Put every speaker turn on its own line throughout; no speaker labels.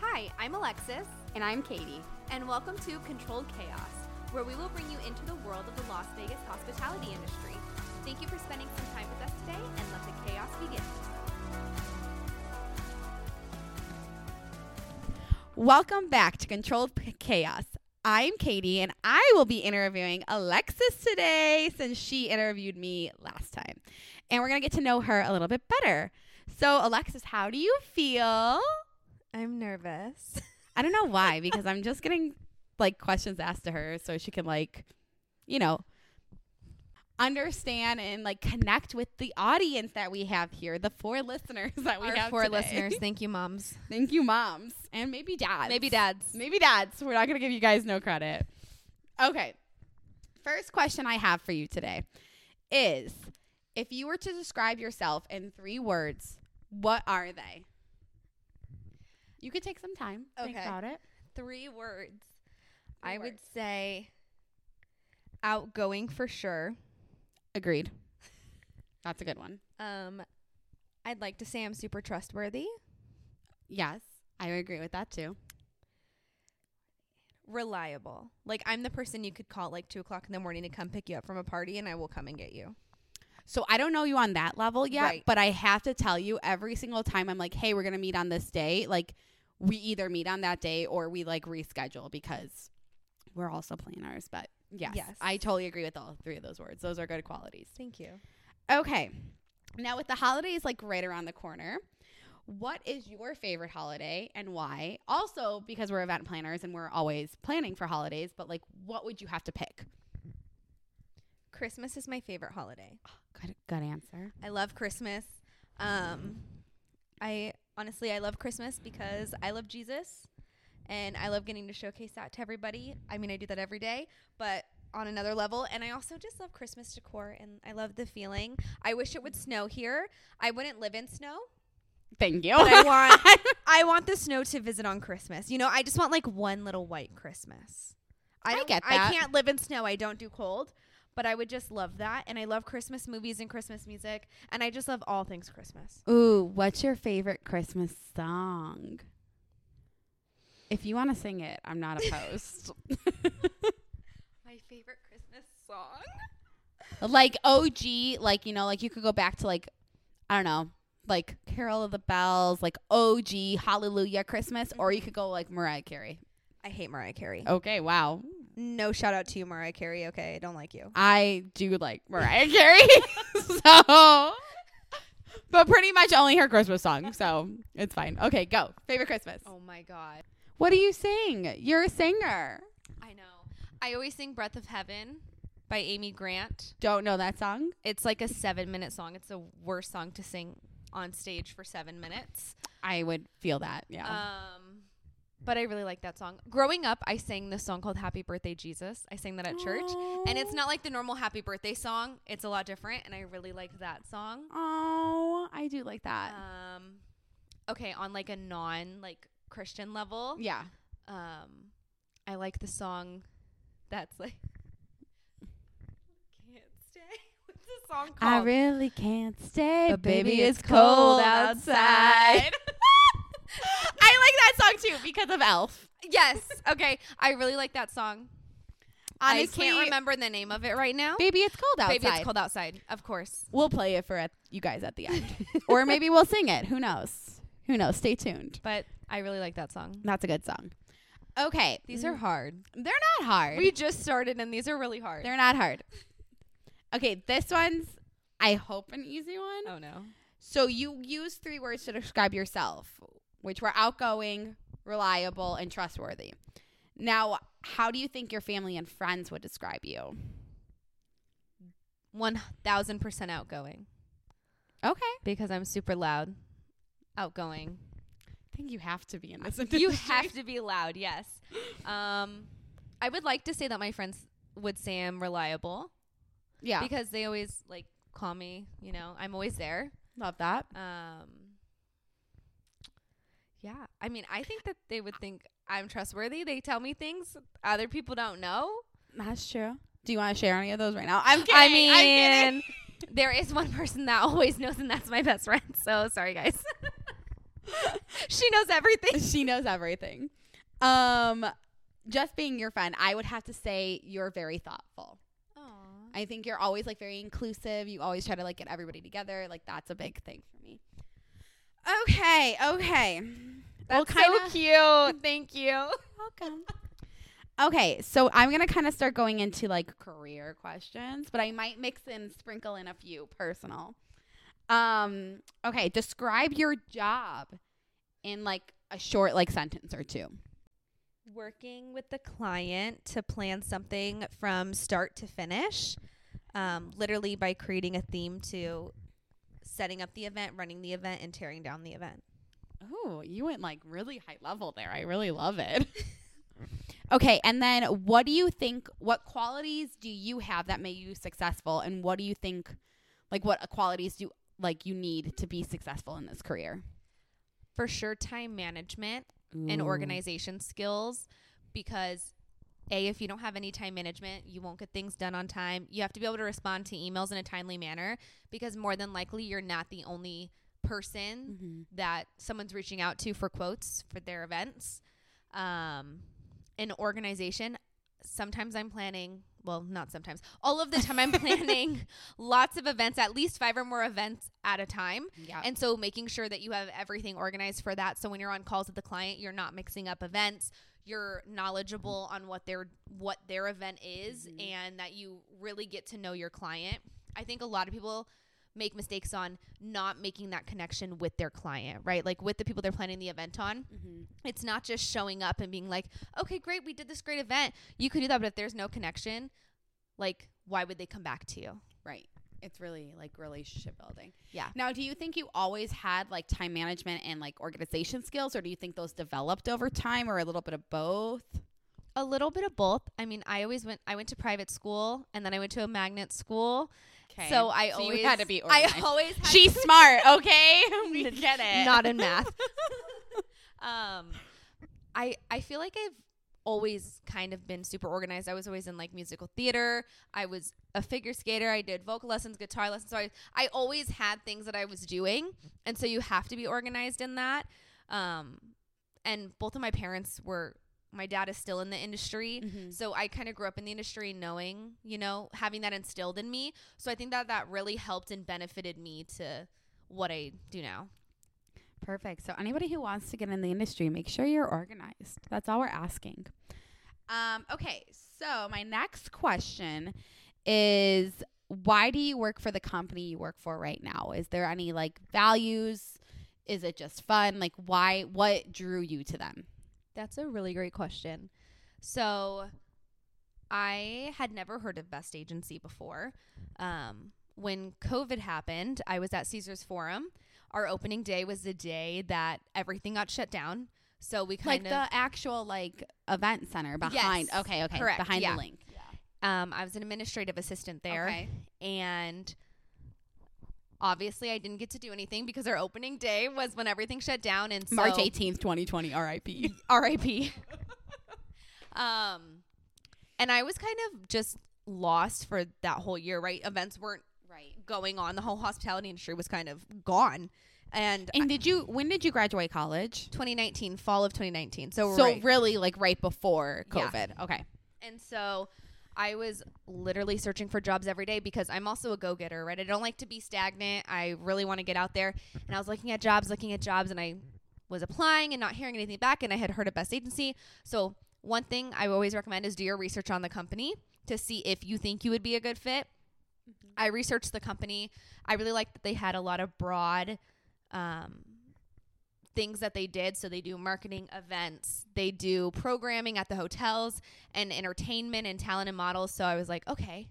Hi, I'm Alexis,
And I'm Katie.
and welcome to Controlled Chaos, where we will bring you into the world of the Las Vegas hospitality industry. Thank you for spending some time with us today, and let the chaos begin.
Welcome back to Controlled P- Chaos. I'm Katie, and I will be interviewing Alexis today since she interviewed me last time. And we're going to get to know her a little bit better. So, Alexis, how do you feel?
I'm nervous.
I don't know why, because I'm just getting like questions asked to her so she can, like, you know, understand and like connect with the audience that we have here, the four listeners that we
Our
have.
four
today.
listeners, thank you, moms.
Thank you, moms, and maybe dads.
dads.
Maybe dads. We're not going to give you guys no credit. Okay. First question I have for you today is if you were to describe yourself in three words, what are they? You could take some time. Think
Okay.
about it.
Three words.
Three
I would
words.
say outgoing for sure.
Agreed. That's a good one.
Um, I'd like to say I'm super trustworthy,
Yes. I would agree with that too.
reliable. Like I'm the person you could call at like two o'clock in the morning to come pick you up from a party, and I will come and get you.
So I don't know you on that level yet,
Right.
but I have to tell you every single time I'm like, hey, we're gonna meet on this day, like we either meet on that day or we like reschedule because we're also planners. But yes,
Yes.
I totally agree with all three of those words. Those are good qualities.
Thank you.
Okay. Now with the holidays like right around the corner, what is your favorite holiday and why? Also, because we're event planners and we're always planning for holidays, but like what would you have to pick?
Christmas is my favorite holiday.
Good good answer.
I love Christmas. Um, I honestly I love Christmas because I love Jesus, and I love getting to showcase that to everybody. I mean, I do that every day, but on another level. And I also just love Christmas decor, and I love the feeling. I wish it would snow here. I wouldn't live in snow,
Thank you.
but I want I want the snow to visit on Christmas. You know, I just want like one little white Christmas.
I
don't-
get
I
that.
can't live in snow. I don't do cold, but I would just love that. And I love Christmas movies and Christmas music, and I just love all things Christmas.
Ooh, what's your favorite Christmas song? If you want to sing it, I'm not opposed.
My favorite Christmas song.
like OG, like you know, like you could go back to like I don't know, like Carol of the Bells, like OG Hallelujah Christmas, or you could go like Mariah Carey.
I hate Mariah Carey.
Okay, wow,
No shout out to you, Mariah Carey. Okay, I don't like you.
I do like Mariah Carey, so but pretty much only her Christmas song, so it's fine. Okay, go favorite Christmas.
Oh my god.
What do you sing? You're a singer.
I know. I always sing "Breath of Heaven" by Amy Grant.
Don't know that song.
It's like a seven-minute song. It's the worst song to sing on stage for seven minutes.
I would feel that. Yeah.
Um, but I really like that song. Growing up, I sang this song called "Happy Birthday Jesus." I sang that at church, and it's not like the normal "Happy Birthday" song. It's a lot different, and I really like that song.
Oh, I do like that.
Um, okay, on like a non like Christian level,
yeah.
um, I like the song that's like "Can't Stay." What's the song called?
I really can't stay,
But
baby.
baby,
It's
it's
cold
cold
outside. I like that song too because of Elf.
yes. Okay, I really like that song.
Honestly,
I can't remember the name of it right now.
Baby, it's cold outside.
Baby, it's cold outside. Of course.
We'll play it for at, you guys at the end, or maybe we'll sing it. Who knows? Who knows? Stay tuned.
But I really like that song.
That's a good song. Okay,
These are hard.
they're not hard.
We just started and these are really hard.
they're not hard. Okay, this one's I hope an easy one.
oh no.
So you use three words to describe yourself, which were outgoing, reliable, and trustworthy. Now, how do you think your family and friends would describe you?
1000% outgoing
Okay.
because I'm super loud. Outgoing.
I think you have to be in this.
you have to be loud, yes. Um I would like to say that my friends would say I'm reliable
Yeah.
because they always like call me, you know. I'm always there.
Love that.
Um Yeah. I mean, I think that they would think I'm trustworthy. They tell me things other people don't know.
That's true. Do you want to share any of those right now? I'm kidding.
I
I'm kidding.
mean, there is one person that always knows, and that's my best friend. So sorry, guys. she knows everything.
she knows everything. Um, just being your friend, I would have to say you're very thoughtful.
Aww.
I think you're always like very inclusive. You always try to like get everybody together. Like that's a big thing for me. Okay, okay. Well,
That's
kinda-
so cute. Thank you.
Welcome. Okay, so I'm gonna kind of start going into like career questions, but I might mix and sprinkle in a few personal. Um, okay, describe your job in like a short like sentence or two.
Working with the client to plan something from start to finish, um, literally by creating a theme to setting up the event, running the event, and tearing down the event.
Oh, you went like really high level there. I really love it. okay, and then what do you think what qualities do you have that make you successful and what do you think like what qualities do like you need to be successful in this career?
For sure, time management. and organization skills because a if you don't have any time management you won't get things done on time you have to be able to respond to emails in a timely manner because more than likely you're not the only person
Mhm.
that someone's reaching out to for quotes for their events um an organization sometimes i'm planning well not sometimes all of the time i'm planning lots of events at least five or more events at a time
Yeah.
and so making sure that you have everything organized for that. So when you're on calls with the client, you're not mixing up events. You're knowledgeable on what their what their event is
Mhm.
and that you really get to know your client. I think a lot of people make mistakes on not making that connection with their client, right? Like with the people they're planning the event on.
Mhm.
It's not just showing up and being like, "Okay, great, we did this great event." You could do that, but if there's no connection, like why would they come back to you?
Right. It's really like relationship building.
Yeah.
Now, do you think you always had like time management and like organization skills, or do you think those developed over time, or a little bit of both?
a little bit of both. I mean, I always went. I went to private school, and then I went to a magnet school. So I always
you had to be
I
organized.
always had
She's smart, okay? we get it.
not in math. um, I I feel like I've always kind of been super organized. I was always in like musical theater. I was a figure skater. I did vocal lessons, guitar lessons. So I I always had things that I was doing, and so you have to be organized in that. Um, and both of my parents were. My dad is still in the industry,
Mhm.
so I kind of grew up in the industry knowing, you know, having that instilled in me. So I think that that really helped and benefited me to what I do now.
Perfect. So anybody who wants to get in the industry, make sure you're organized. That's all we're asking. Um, okay, so my next question is why do you work for the company you work for right now? Is there any like values? Is it just fun? Like why what drew you to them?
That's a really great question. So I had never heard of Best Agency before. Um, when COVID happened, I was at Caesars Forum. Our opening day was the day that everything got shut down. So we kind
like
of
the actual like event center behind.
Yes,
okay, okay.
correct,
behind
yeah.
the link.
um, I was an administrative assistant there.
Okay.
and obviously I didn't get to do anything because our opening day was when everything shut down and so
March 18th, 2020, RIP.
RIP. um and I was kind of just lost for that whole year, right? Events weren't
Right.
going on. The whole hospitality industry was kind of gone. And,
And did you when did you graduate college?
2019, fall of 2019. So,
So
right-
really, like right before
Yeah.
COVID. Okay.
And so I was literally searching for jobs every day because I'm also a go getter, right? I don't like to be stagnant. I really want to get out there. And I was looking at jobs, looking at jobs, and I was applying and not hearing anything back. And I had heard of Best Agency. So, one thing I always recommend is do your research on the company to see if you think you would be a good fit. I researched the company. I really liked that they had a lot of broad um, things that they did. So they do marketing events, they do programming at the hotels, and entertainment and talent and models. So I was like, okay,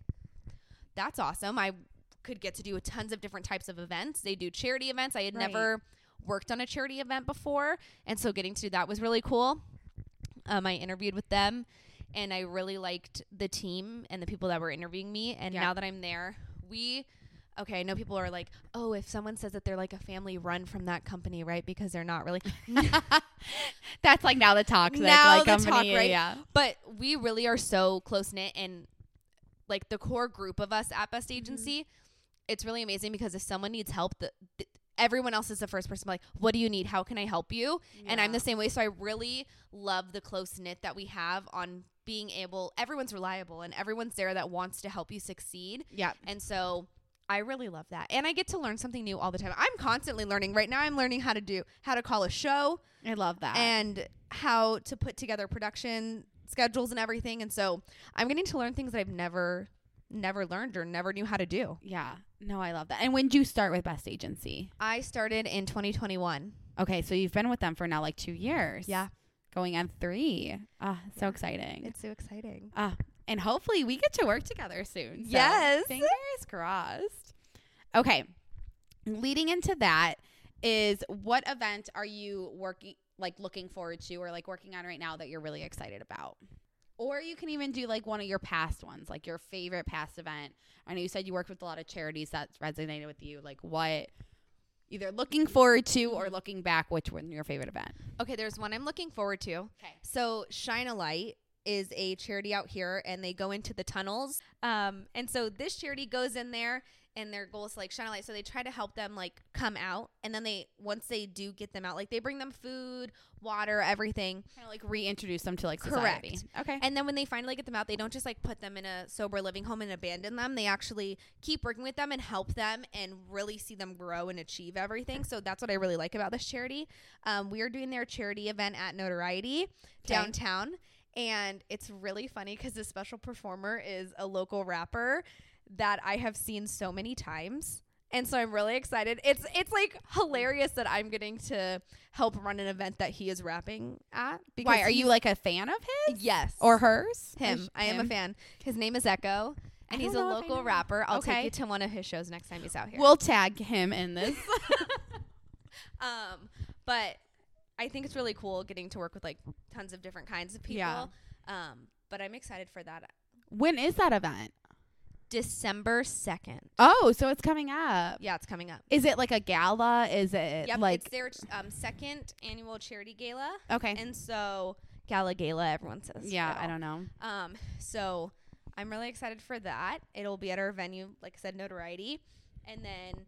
that's awesome. I could get to do tons of different types of events. They do charity events. I had
Right.
never worked on a charity event before, and so getting to do that was really cool. Um, I interviewed with them. And I really liked the team and the people that were interviewing me. And
Yeah.
now that I'm there, we okay, I know people are like, oh, if someone says that they're like a family run from that company, right? Because they're not really.
That's like now the toxic.
Now
like,
the
company,
talk, right?
Yeah.
but we really are so close knit and like the core group of us at Best Agency. It's really amazing because if someone needs help, the, th- everyone else is the first person to be like, what do you need? How can I help you? And I'm
Yeah.
the same way. So I really love the close knit that we have on being able, everyone's reliable and everyone's there that wants to help you succeed.
Yeah.
And so I really love that. And I get to learn something new all the time. I'm constantly learning. Right now I'm learning how to do how to call a show
I love that.
and how to put together production schedules and everything. And so I'm getting to learn things that I've never never learned or never knew how to do.
yeah. No, I love that. And when did you start with Best Agency?
I started in 2021.
Okay, so you've been with them for now like two years.
Yeah.
Going on three. Ah, so exciting.
It's so exciting.
Ah, and hopefully we get to work together soon. So
Yes.
Fingers crossed. Okay. Leading into that is what event are you working like looking forward to or like working on right now that you're really excited about? Or you can even do like one of your past ones, like your favorite past event. I know you said you worked with a lot of charities that resonated with you. Like what either looking forward to or looking back, which one your favorite event?
Okay, there's one I'm looking forward to.
Okay.
So Shine a Light is a charity out here, and they go into the tunnels. Um, and so this charity goes in there, and their goal is to, like shine a light. So they try to help them like come out, and then they once they do get them out, like they bring them food, water, everything.
Kind of like reintroduce them to like
Correct.
society. Okay.
And then when they finally get them out, they don't just like put them in a sober living home and abandon them. They actually keep working with them and help them and really see them grow and achieve everything. So that's what I really like about this charity. Um, we are doing their charity event at Notoriety downtown. And it's really funny because the special performer is a local rapper that I have seen so many times. And so I'm really excited. It's it's like hilarious that I'm getting to help run an event that he is rapping at.
Why are you
he's-
like a fan of his
Yes.
or hers?
Him. I am a fan. His name is Echo,
I
and he's a
don't know if I know
local
him.
rapper. I'll
Okay.
take you to one of his shows next time he's out here.
We'll tag him in this.
um, but I think it's really cool getting to work with like tons of different kinds of people.
Yeah.
Um, but I'm excited for that.
when is that event?
December second.
Oh, so it's coming up.
Yeah, it's coming up.
Is it like a gala? Is it
Yep,
like
it's their ch- um, second annual charity gala,
okay?
and so gala gala everyone says.
yeah,
it
I
all.
don't know.
Um, so I'm really excited for that. It'll be at our venue, like I said, Notoriety, and then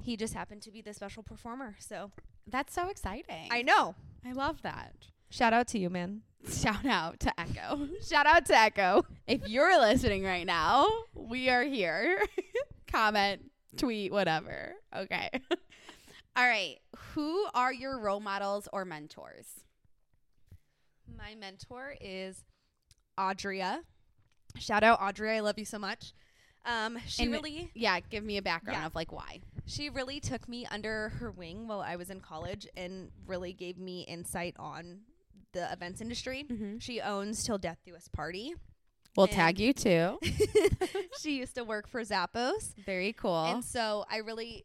he just happened to be the special performer. So
That's so exciting.
I know.
I love that.
Shout out to you, man.
Shout out to Echo.
Shout out to Echo.
if you're listening right now, we are here. Comment, tweet, whatever. Okay. All right. Who are your role models or mentors?
My mentor is Audria. Shout out Audria. I love you so much. Um, she
And-
really
Yeah, give me a background
Yeah.
of like why.
she really took me under her wing while I was in college and really gave me insight on the events industry.
Mhm.
She owns Till Death Do Us Party.
We'll
Mm-hmm. And-
tag you too.
she used to work for Zappos.
Very cool.
And so I really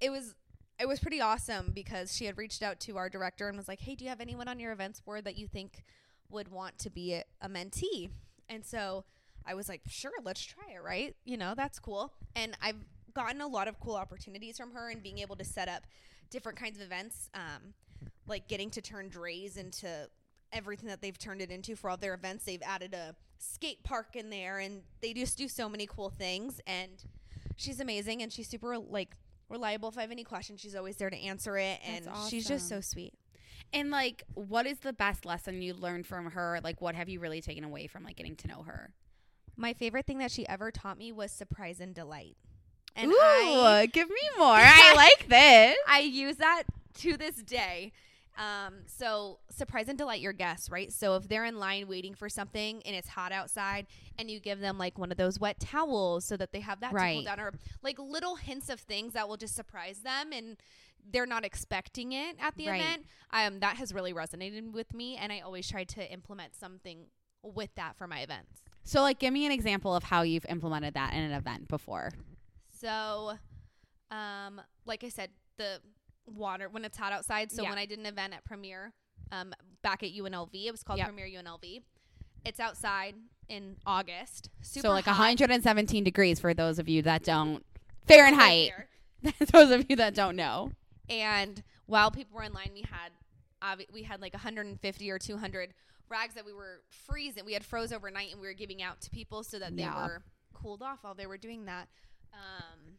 it was it was pretty awesome because she had reached out to our director and was like, "Hey, do you have anyone on your events board that you think would want to be a, a mentee?" And so I was like, "Sure, let's try it, right? You know, that's cool." And I've gotten a lot of cool opportunities from her and being able to set up different kinds of events um like getting to turn Dre's into everything that they've turned it into for all their events. They've added a skate park in there and they just do so many cool things and she's amazing and she's super like reliable. If I have any questions, she's always there to answer it and
That's
she's just so
awesome.
sweet.
And like, what is the best lesson you learned from her? Like, what have you really taken away from like getting to know her?
My favorite thing that she ever taught me was surprise and delight. And I
give me more.
I
like this.
I use that to this day. Um, so surprise and delight your guests, right? So if they're in line waiting for something and it's hot outside, and you give them like one of those wet towels so that they have that to
Right.
cool down, or like little hints of things that will just surprise them and they're not expecting it at the
Right.
event. Um, that has really resonated with me, and I always try to implement something with that for my events.
So, like, give me an example of how you've implemented that in an event before.
So, um, like I said, the water when it's hot outside. So
Yeah.
when I did an event at Premier, um, back at UNLV, it was called
Yep.
Premier UNLV. It's outside in August. Super
so, like,
hot.
117 degrees for those of you that don't
Right
Fahrenheit.
there.
those of you that don't know.
And while people were in line, we had obvi- we had like 150 or 200 rags that we were freezing. We had froze overnight, and we were giving out to people so that they
Yeah.
were cooled off while they were doing that. Um,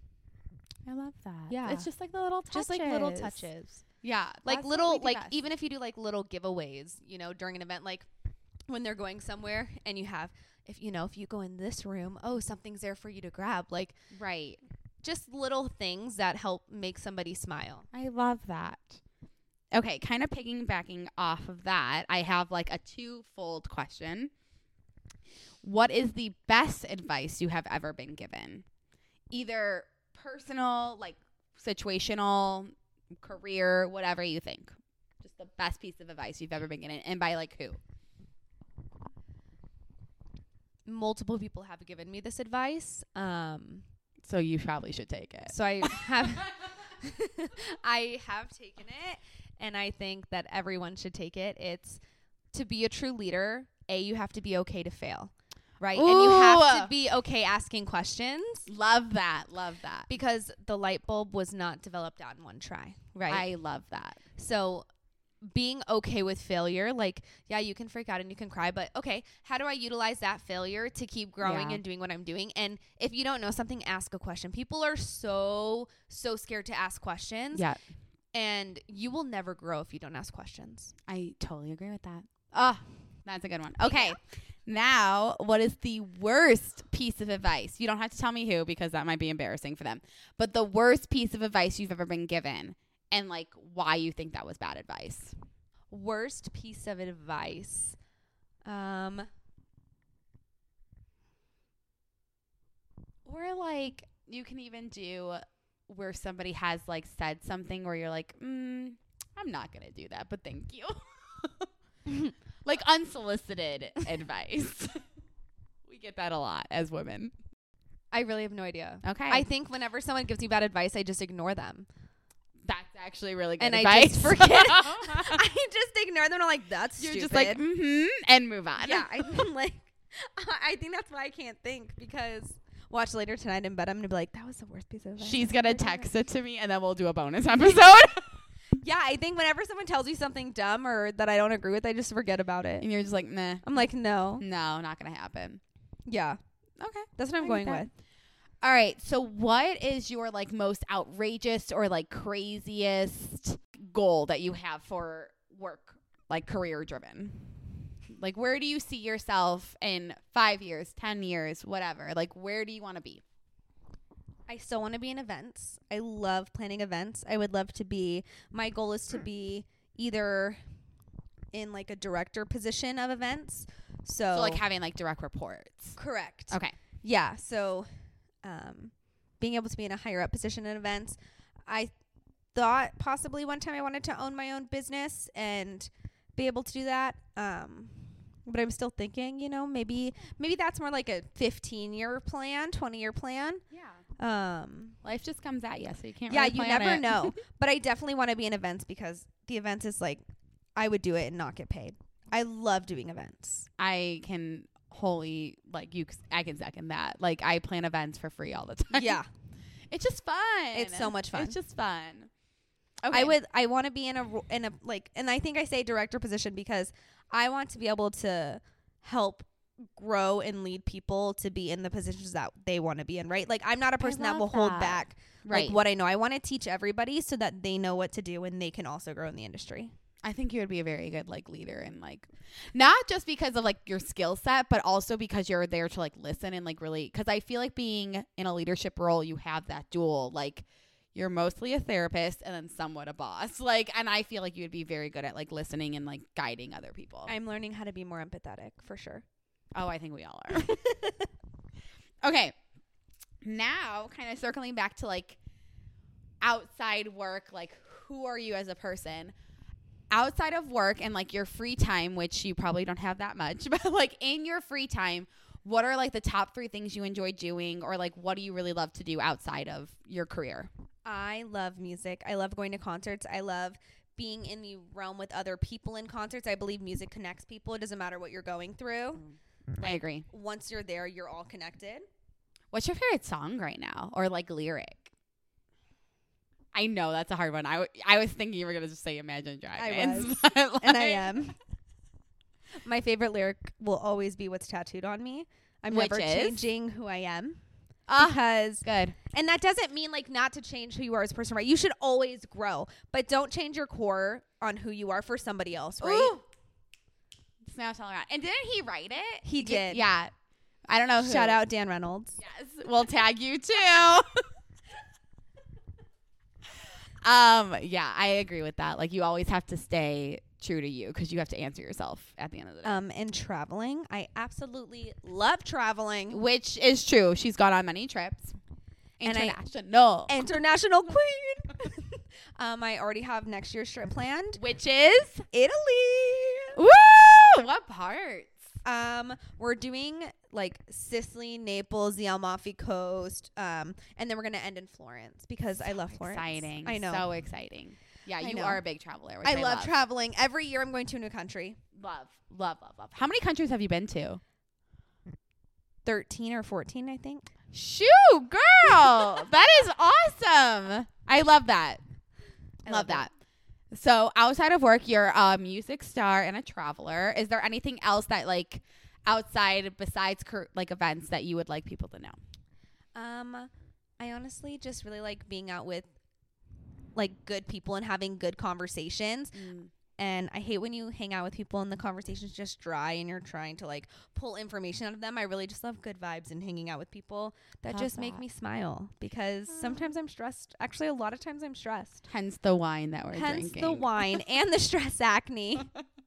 I love that.
Yeah.
It's just like the little touches.
Just like little touches.
Yeah.
like
That's what we
little
do
like
best.
even if you do like little giveaways you know during an event like when they're going somewhere and you have if you know if you go in this room oh something's there for you to grab like
Right.
just little things that help make somebody smile
I love that.
Okay, kind of piggybacking off of that, I have like a two-fold question. What is the best advice you have ever been given? Either personal, like situational, career, whatever you think. Just the best piece of advice you've ever been given and by like who?
multiple people have given me this advice um
So you probably should take it.
so i have i have taken it and i think that everyone should take it it's to be a true leader a you have to be okay to fail right and you have
Ooh.
to be okay asking questions
Love that. Love that.
because the light bulb was not developed out in one try, right?
I love that.
so being okay with failure, like yeah, you can freak out and you can cry, but okay, how do I utilize that failure to keep growing
Yeah.
and doing what I'm doing? And if you don't know something, ask a question. People are so so scared to ask questions,
Yeah.
and you will never grow if you don't ask questions.
I totally agree with that.
Oh, that's a good one. Okay. Now, what is the worst piece of advice? You don't have to tell me who because that might be embarrassing for them. But the worst piece of advice you've ever been given and like why you think that was bad advice.
Worst piece of advice. Um
Or like you can even do where somebody has like said something where you're like, mm, I'm not going to do that, but thank you. like unsolicited advice. we get that a lot as women.
I really have no idea.
Okay.
I think whenever someone gives me bad advice, I just ignore them.
That's actually really good
and
advice.
I just forget. I just ignore them. And I'm like, "Mm, that's
You're
stupid.
just like, mm-hmm, and move on.
yeah. I'm like, I think that's why I can't think because watch later tonight in bed. I'm gonna be like, that was the worst piece of advice.
She's
I've
gonna
ever given."
text it to me, and then we'll do a bonus episode.
Yeah, I think whenever someone tells you something dumb or that I don't agree with, I just forget about it.
and you're just like, nah,
I'm like, no.
no, not gonna happen.
Yeah,
Okay.
that's what I'm
I get
going
that.
with.
All right. So, what is your like most outrageous or like craziest goal that you have for work, like career driven? Like, where do you see yourself in five years, ten years, whatever? Like, where do you want to be?
I still want to be in events. I love planning events. I would love to be. My goal is to be either in like a director position of events. So,
So, like having like direct reports.
correct.
Okay.
yeah so um, being able to be in a higher up position in events i thought possibly one time i wanted to own my own business and be able to do that um, but i'm still thinking you know maybe maybe that's more like a 15 year plan 20 year plan
Yeah.
um,
Life just comes at you, so you can't.
yeah
really
you
plan
never
it.
know but i definitely want to be in events because the events is like i would do it and not get paid i love doing events
I can wholly like you. I can second that. Like I plan events for free all the time.
yeah
it's just fun.
It's so much fun.
It's just fun.
I would I want to be in a ro- in a like and I think I say director position because I want to be able to help grow and lead people to be in the positions that they want to be in, right? Like I'm not a person that
love
will hold
that.
back
right.
like what I know. I want to teach everybody so that they know what to do and they can also grow in the industry.
I think you would be a very good like leader and like not just because of like your skill set, but also because you're there to like listen and like really because I feel like being in a leadership role, you have that dual like you're mostly a therapist and then somewhat a boss. Like and I feel like you would be very good at like listening and like guiding other people.
I'm learning how to be more empathetic for sure.
Oh, I think we all are. okay. Now, kind of circling back to like outside work, like who are you as a person? Outside of work and like your free time, which you probably don't have that much, but like in your free time, what are like the top three things you enjoy doing, or like what do you really love to do outside of your career?
I love music. I love going to concerts. I love being in the realm with other people in concerts. I believe music connects people. It doesn't matter what you're going through.
I agree.
Once you're there, you're all connected.
What's your favorite song right now, or like lyric? I know that's a hard one. I, w- I was thinking you were gonna just say Imagine Dragons,
was.
but, like-
and I uh, am. My favorite lyric will always be what's tattooed on me. I'm
Which
never
is?
changing who I am.
Ah,
because
good.
and that doesn't mean like not to change who you are as a person, right? You should always grow, but don't change your core on who you are for somebody else, right?
Ooh. Smash all around. And didn't he write it?
He
Y-
did.
Yeah. I don't know. who.
Shout out Dan Reynolds.
Yes, we'll tag you too. um, yeah, I agree with that. Like you always have to stay true to you because you have to answer yourself at the end of the day.
Um, and traveling, I absolutely love traveling.
Which is true. She's gone on many trips.
And I-
International.
International queen. um, I already have next year's trip planned.
which is
Italy.
Woo! What parts?
Um, we're doing like Sicily, Naples, the Amalfi Coast, um, and then we're gonna end in Florence because I love Florence.
Exciting.
I know.
So exciting. Yeah,
I
you
know.
are a big traveler. Which
I
I,
love, traveling. Every year I'm going to a new country.
Love, love, love, love. How many countries have you been to?
Thirteen or fourteen, I think.
Shoo, girl. that is awesome. I love that.
I
love,
love
that. So, outside of work, you're a music star and a traveler. Is there anything else that like outside besides cur- like events that you would like people to know?
Um, I honestly just really like being out with like good people and having good conversations. And I hate when you hang out with people and the conversation's just dry and you're trying to like pull information out of them. I really just love good vibes and hanging out with people that Mm.
Love
just make
that.
me smile because sometimes I'm stressed. Actually, a lot of times I'm stressed.
Hence the wine that we're
Hence
drinking.
the wine and the stress acne.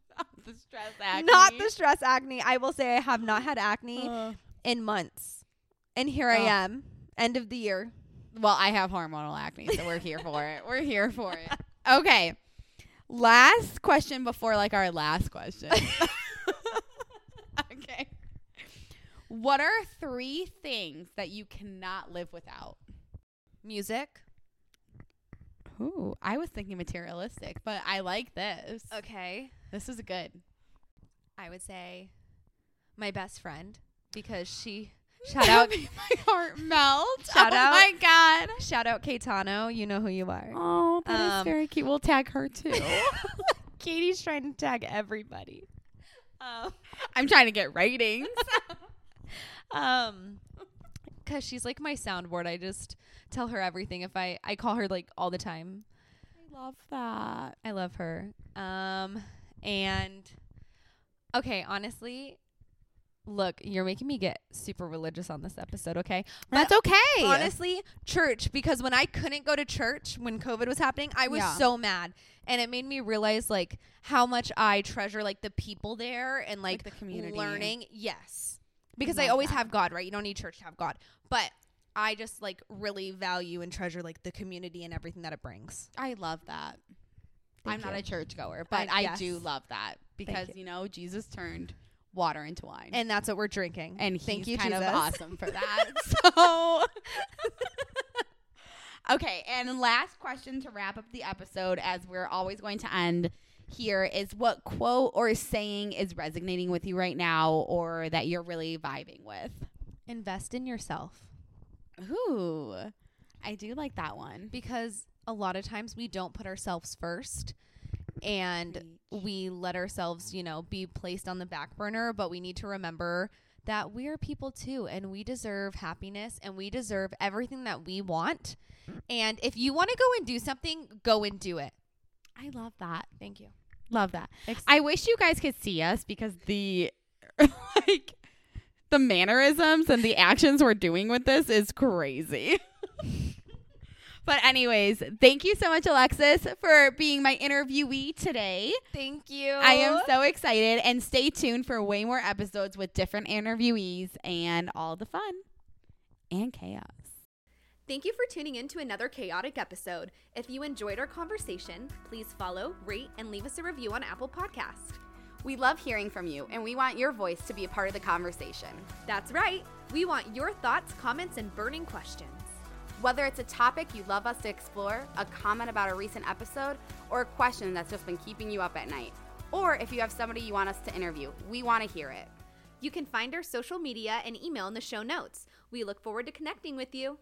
the stress acne.
Not the stress acne. Uh. I will say I have not had acne in months. And here I
Ugh.
am, end of the year.
Well, I have hormonal acne, so we're here for it. We're here for it. Okay. Last question before like our last question. okay. What are three things that you cannot live without?
Music.
Ooh, I was thinking materialistic, but I like this.
Okay.
This is good.
I would say my best friend because she shout out
Made my heart melt.
Shout
oh
out.
my god.
shout out Caetano, you know who you are.
Oh,
that is Um,
very cute. We'll tag her too.
Katie's trying to tag everybody. Um,
I'm trying to get ratings.
um cuz she's like my soundboard. I just tell her everything if I I call her like all the time.
I love that.
I love her. Um and okay, honestly, look, you're making me get super religious on this episode, okay?
That's okay.
Honestly, church because when I couldn't go to church when COVID was happening, I was
Yeah.
so mad, and it made me realize like how much I treasure like the people there and like,
the community.
learning. Yes, because I
Love
always
that.
have God, right? You don't need church to have God, but I just like really value and treasure like the community and everything that it brings.
I love that. I'm
Thank
not
you.
a churchgoer, but I,
I- yes.
do love that because you. know Jesus turned water into wine,
And that's what we're drinking.
and
thank
he's
you,
kind
Jesus.
of awesome for that. so, okay. And last question to wrap up the episode, as we're always going to end here, is what quote or saying is resonating with you right now, or that you're really vibing with?
Invest in yourself
Ooh, I do like that one.
because a lot of times we don't put ourselves first, and we let ourselves, you know, be placed on the back burner, but we need to remember that we are people too and we deserve happiness and we deserve everything that we want. And if you want to go and do something, go and do it.
I love that.
Thank you.
Love that.
Ex-
I wish you guys could see us because the like the mannerisms and the actions we're doing with this is crazy. but anyways, thank you so much Alexis for being my interviewee today.
Thank you.
I am so excited and stay tuned for way more episodes with different interviewees and all the fun and chaos.
Thank you for tuning in to another chaotic episode. If you enjoyed our conversation, please follow, rate, and leave us a review on Apple Podcast.
We love hearing from you and we want your voice to be a part of the conversation.
That's right, we want your thoughts, comments, and burning questions.
Whether it's a topic you love us to explore, a comment about a recent episode, or a question that's just been keeping you up at night, or if you have somebody you want us to interview, we want to hear it.
You can find our social media and email in the show notes. We look forward to connecting with you.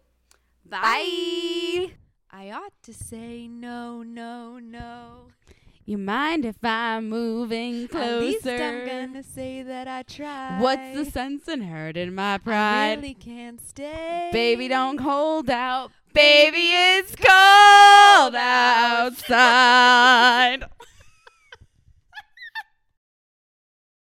Bye.
I ought to say no, no, no.
You mind if I'm moving
At least I'm
closer?
gonna say that I tried.
What's the sense in hurting my
I
pride?
really can't stay.
Baby, don't hold out. Baby, it's cold outside.